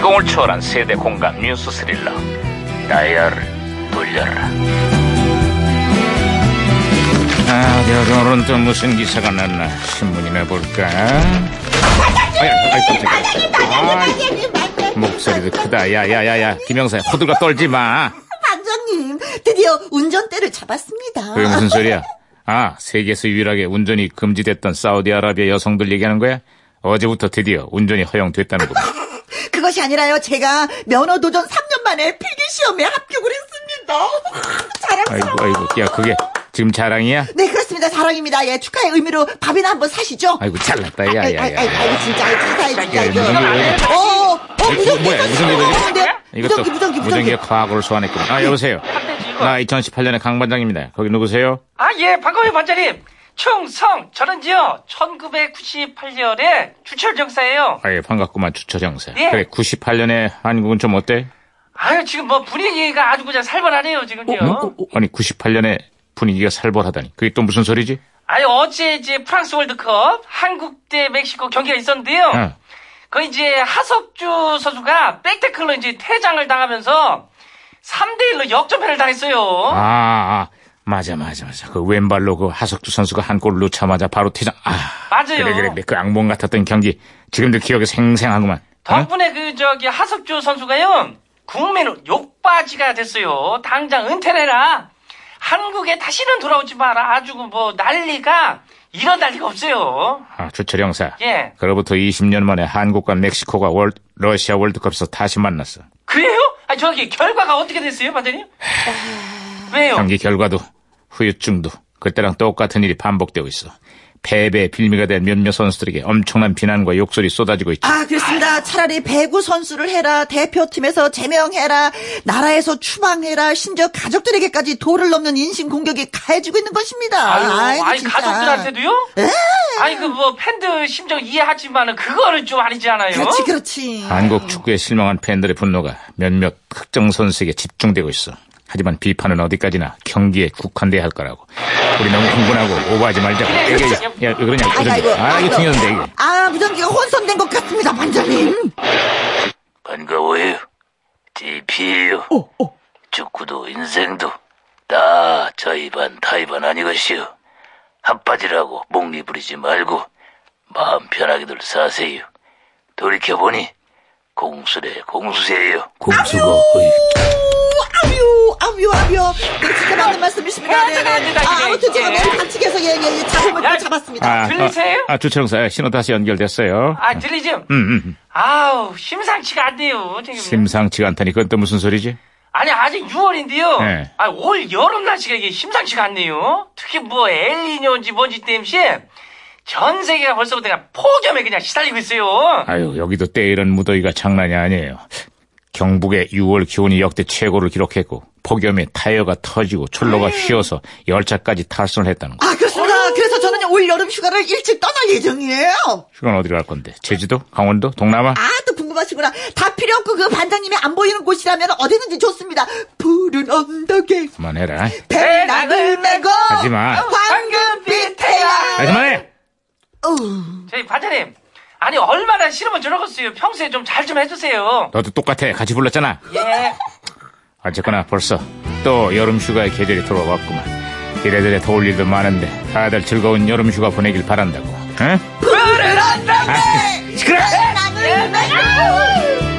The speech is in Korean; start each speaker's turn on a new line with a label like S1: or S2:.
S1: 정말 초월한 세대 공감 뉴스 스릴러 다이얼 돌려라 아 여러분 또 무슨 기사가 났나 신문이나 볼까 아이, 아이, 깜짝이야. 아이,
S2: 반장님, 반장님,
S1: 목소리도 크다 야야야야 김영사 호들갑 떨지 마
S2: 반장님, 드디어 운전대를 잡았습니다.
S1: 그게 무슨 소리야? 아, 세계에서 유일하게 운전이 금지됐던 사우디아라비아 여성들 얘기하는 거야? 어제부터 드디어 운전이 허용됐다는군.
S2: 그것이 아니라요. 제가 면허 도전 3년 만에 필기 시험에 합격을 했습니다.
S1: 아이고,
S2: 자랑스러워.
S1: 아이고. 야, 그게 지금 자랑이야?
S2: 네, 그렇습니다. 자랑입니다. 예, 축하의 의미로 밥이나 한번 사시죠.
S1: 아이고, 잘났다, 야,
S2: 아이,
S1: 야,
S2: 아이,
S1: 야.
S2: 아이, 아이, 진짜, 아이, 진짜, 아이, 진짜.
S1: 야,
S2: 이거.
S1: 무전기 왜 이래?
S2: 어, 어, 어, 무전기.
S1: 뭐야, 무슨 일이지?
S2: 무전기, 무전기, 무전기.
S1: 무전기의 과학으로 소환했군. 아, 여보세요. 나 2018년의 강반장입니다. 거기 누구세요?
S3: 아, 예, 반가워요, 반장님. 충성, 저는요, 1998년에 주철 정사예요.
S1: 아예 반갑구만, 주처정사.
S3: 예.
S1: 그래, 98년에 한국은 좀 어때?
S3: 아유, 지금 뭐 분위기가 아주 그냥 살벌하네요, 지금요.
S1: 어, 아니, 98년에 분위기가 살벌하다니. 그게 또 무슨 소리지?
S3: 아니, 어제 이제 프랑스 월드컵, 한국 대 멕시코 경기가 있었는데요.
S1: 어.
S3: 그 이제 하석주 선수가 백태클로 이제 퇴장을 당하면서 3대1로 역전패를 당했어요.
S1: 아, 아, 맞아, 맞아, 맞아. 그 왼발로 그 하석주 선수가 한 골 넣자마자 바로 퇴장. 아,
S3: 맞아요.
S1: 그래, 그래, 그래. 그 악몽 같았던 경기. 지금도 기억에 생생하구만. 어?
S3: 덕분에 그 저기 하석주 선수가요 국민 욕받이가 됐어요. 당장 은퇴를 해라. 한국에 다시는 돌아오지 마라. 아주 뭐 난리가 이런 난리가 없어요.
S1: 아, 주철 형사.
S3: 예.
S1: 그로부터 20년 만에 한국과 멕시코가 월, 러시아 월드컵에서 다시 만났어.
S3: 그래요? 아 저기 결과가 어떻게 됐어요, 반장님? 왜요?
S1: 경기 결과도 후유증도 그때랑 똑같은 일이 반복되고 있어. 패배의 빌미가 된 몇몇 선수들에게 엄청난 비난과 욕설이 쏟아지고 있지.
S2: 아, 그렇습니다. 차라리 배구 선수를 해라, 대표팀에서 제명해라, 나라에서 추방해라, 심지어 가족들에게까지 도를 넘는 인신 공격이 가해지고 있는 것입니다.
S3: 아유,
S2: 아이고,
S3: 아니
S2: 진짜.
S3: 가족들한테도요? 아니 그 뭐 팬들 심정 이해하지만은 그거는 좀 아니지 않아요?
S2: 그렇지, 그렇지.
S1: 한국 축구에 실망한 팬들의 분노가 몇몇 특정 선수에게 집중되고 있어. 하지만 비판은 어디까지나 경기에 국한돼야 할 거라고. 우리 너무 흥분하고 오버하지 말자.
S3: 그래,
S1: 이게,
S3: 그렇죠.
S1: 야, 왜 그러냐. 무전기.
S2: 아이고, 아이고.
S1: 아,
S3: 뭐.
S1: 이게 중요한데, 이게.
S2: 아, 무전기가 혼선된 것 같습니다, 반장님.
S4: 반가워요. DP예요.
S1: 어,
S4: 축구도 인생도 다 저희 반 타이 반 아니것이요. 핫바지라고 목리 부리지 말고 마음 편하게들 사세요. 돌이켜보니 공수래 공수세요.
S1: 공수가,
S2: 아뮤, 아뮤, 아뮤. 네, 진짜 맞는 말씀이십니다. 네, 네.
S3: 아,
S2: 아, 아무튼 제가
S3: 예.
S2: 매우 반칙해서 예, 예, 예, 잡음을
S3: 야.
S2: 또 잡았습니다.
S1: 아,
S3: 들리세요?
S1: 아, 주청사 신호 다시 연결됐어요.
S3: 아 들리죠?
S1: 음, 음.
S3: 아우 심상치가 안 돼요 지금.
S1: 심상치가 않다니 그건 또 무슨 소리지?
S3: 아니 아직 6월인데요.
S1: 네.
S3: 아, 올 여름 날씨가 이게 심상치가 않네요. 특히 뭐 엘니뇨인지 뭔지 땜시에 전 세계가 벌써부터 그냥 폭염에 그냥 시달리고 있어요.
S1: 아유, 여기도 때 이런 무더위가 장난이 아니에요. 경북의 6월 기온이 역대 최고를 기록했고 폭염에 타이어가 터지고 철로가 휘어서 열차까지 탈선을 했다는 거.
S2: 아, 그렇습니다. 그래서 저는 올 여름 휴가를 일찍 떠날 예정이에요.
S1: 휴가는 어디로 갈 건데? 제주도? 강원도? 동남아?
S2: 아, 또 궁금하시구나. 다 필요 없고 그 반장님이 안 보이는 곳이라면 어디든지 좋습니다. 푸른 언덕에
S1: 그만해라.
S2: 배낭을 메고
S1: 하지마.
S2: 황금빛 태양.
S1: 아, 그만해!
S2: 어우,
S3: 저희 반장님, 아니 얼마나 싫으면 저러겠어요. 평소에 좀 잘 좀 해주세요.
S1: 너도 똑같아. 같이 불렀잖아.
S3: 예.
S1: 어쨌거나 벌써 또 여름 휴가의 계절이 돌아왔구만. 이래저래 더울 일도 많은데 다들 즐거운 여름 휴가 보내길 바란다고. 응?
S2: 푸른 언덕에
S1: 시끄러!
S2: 배낭을 메고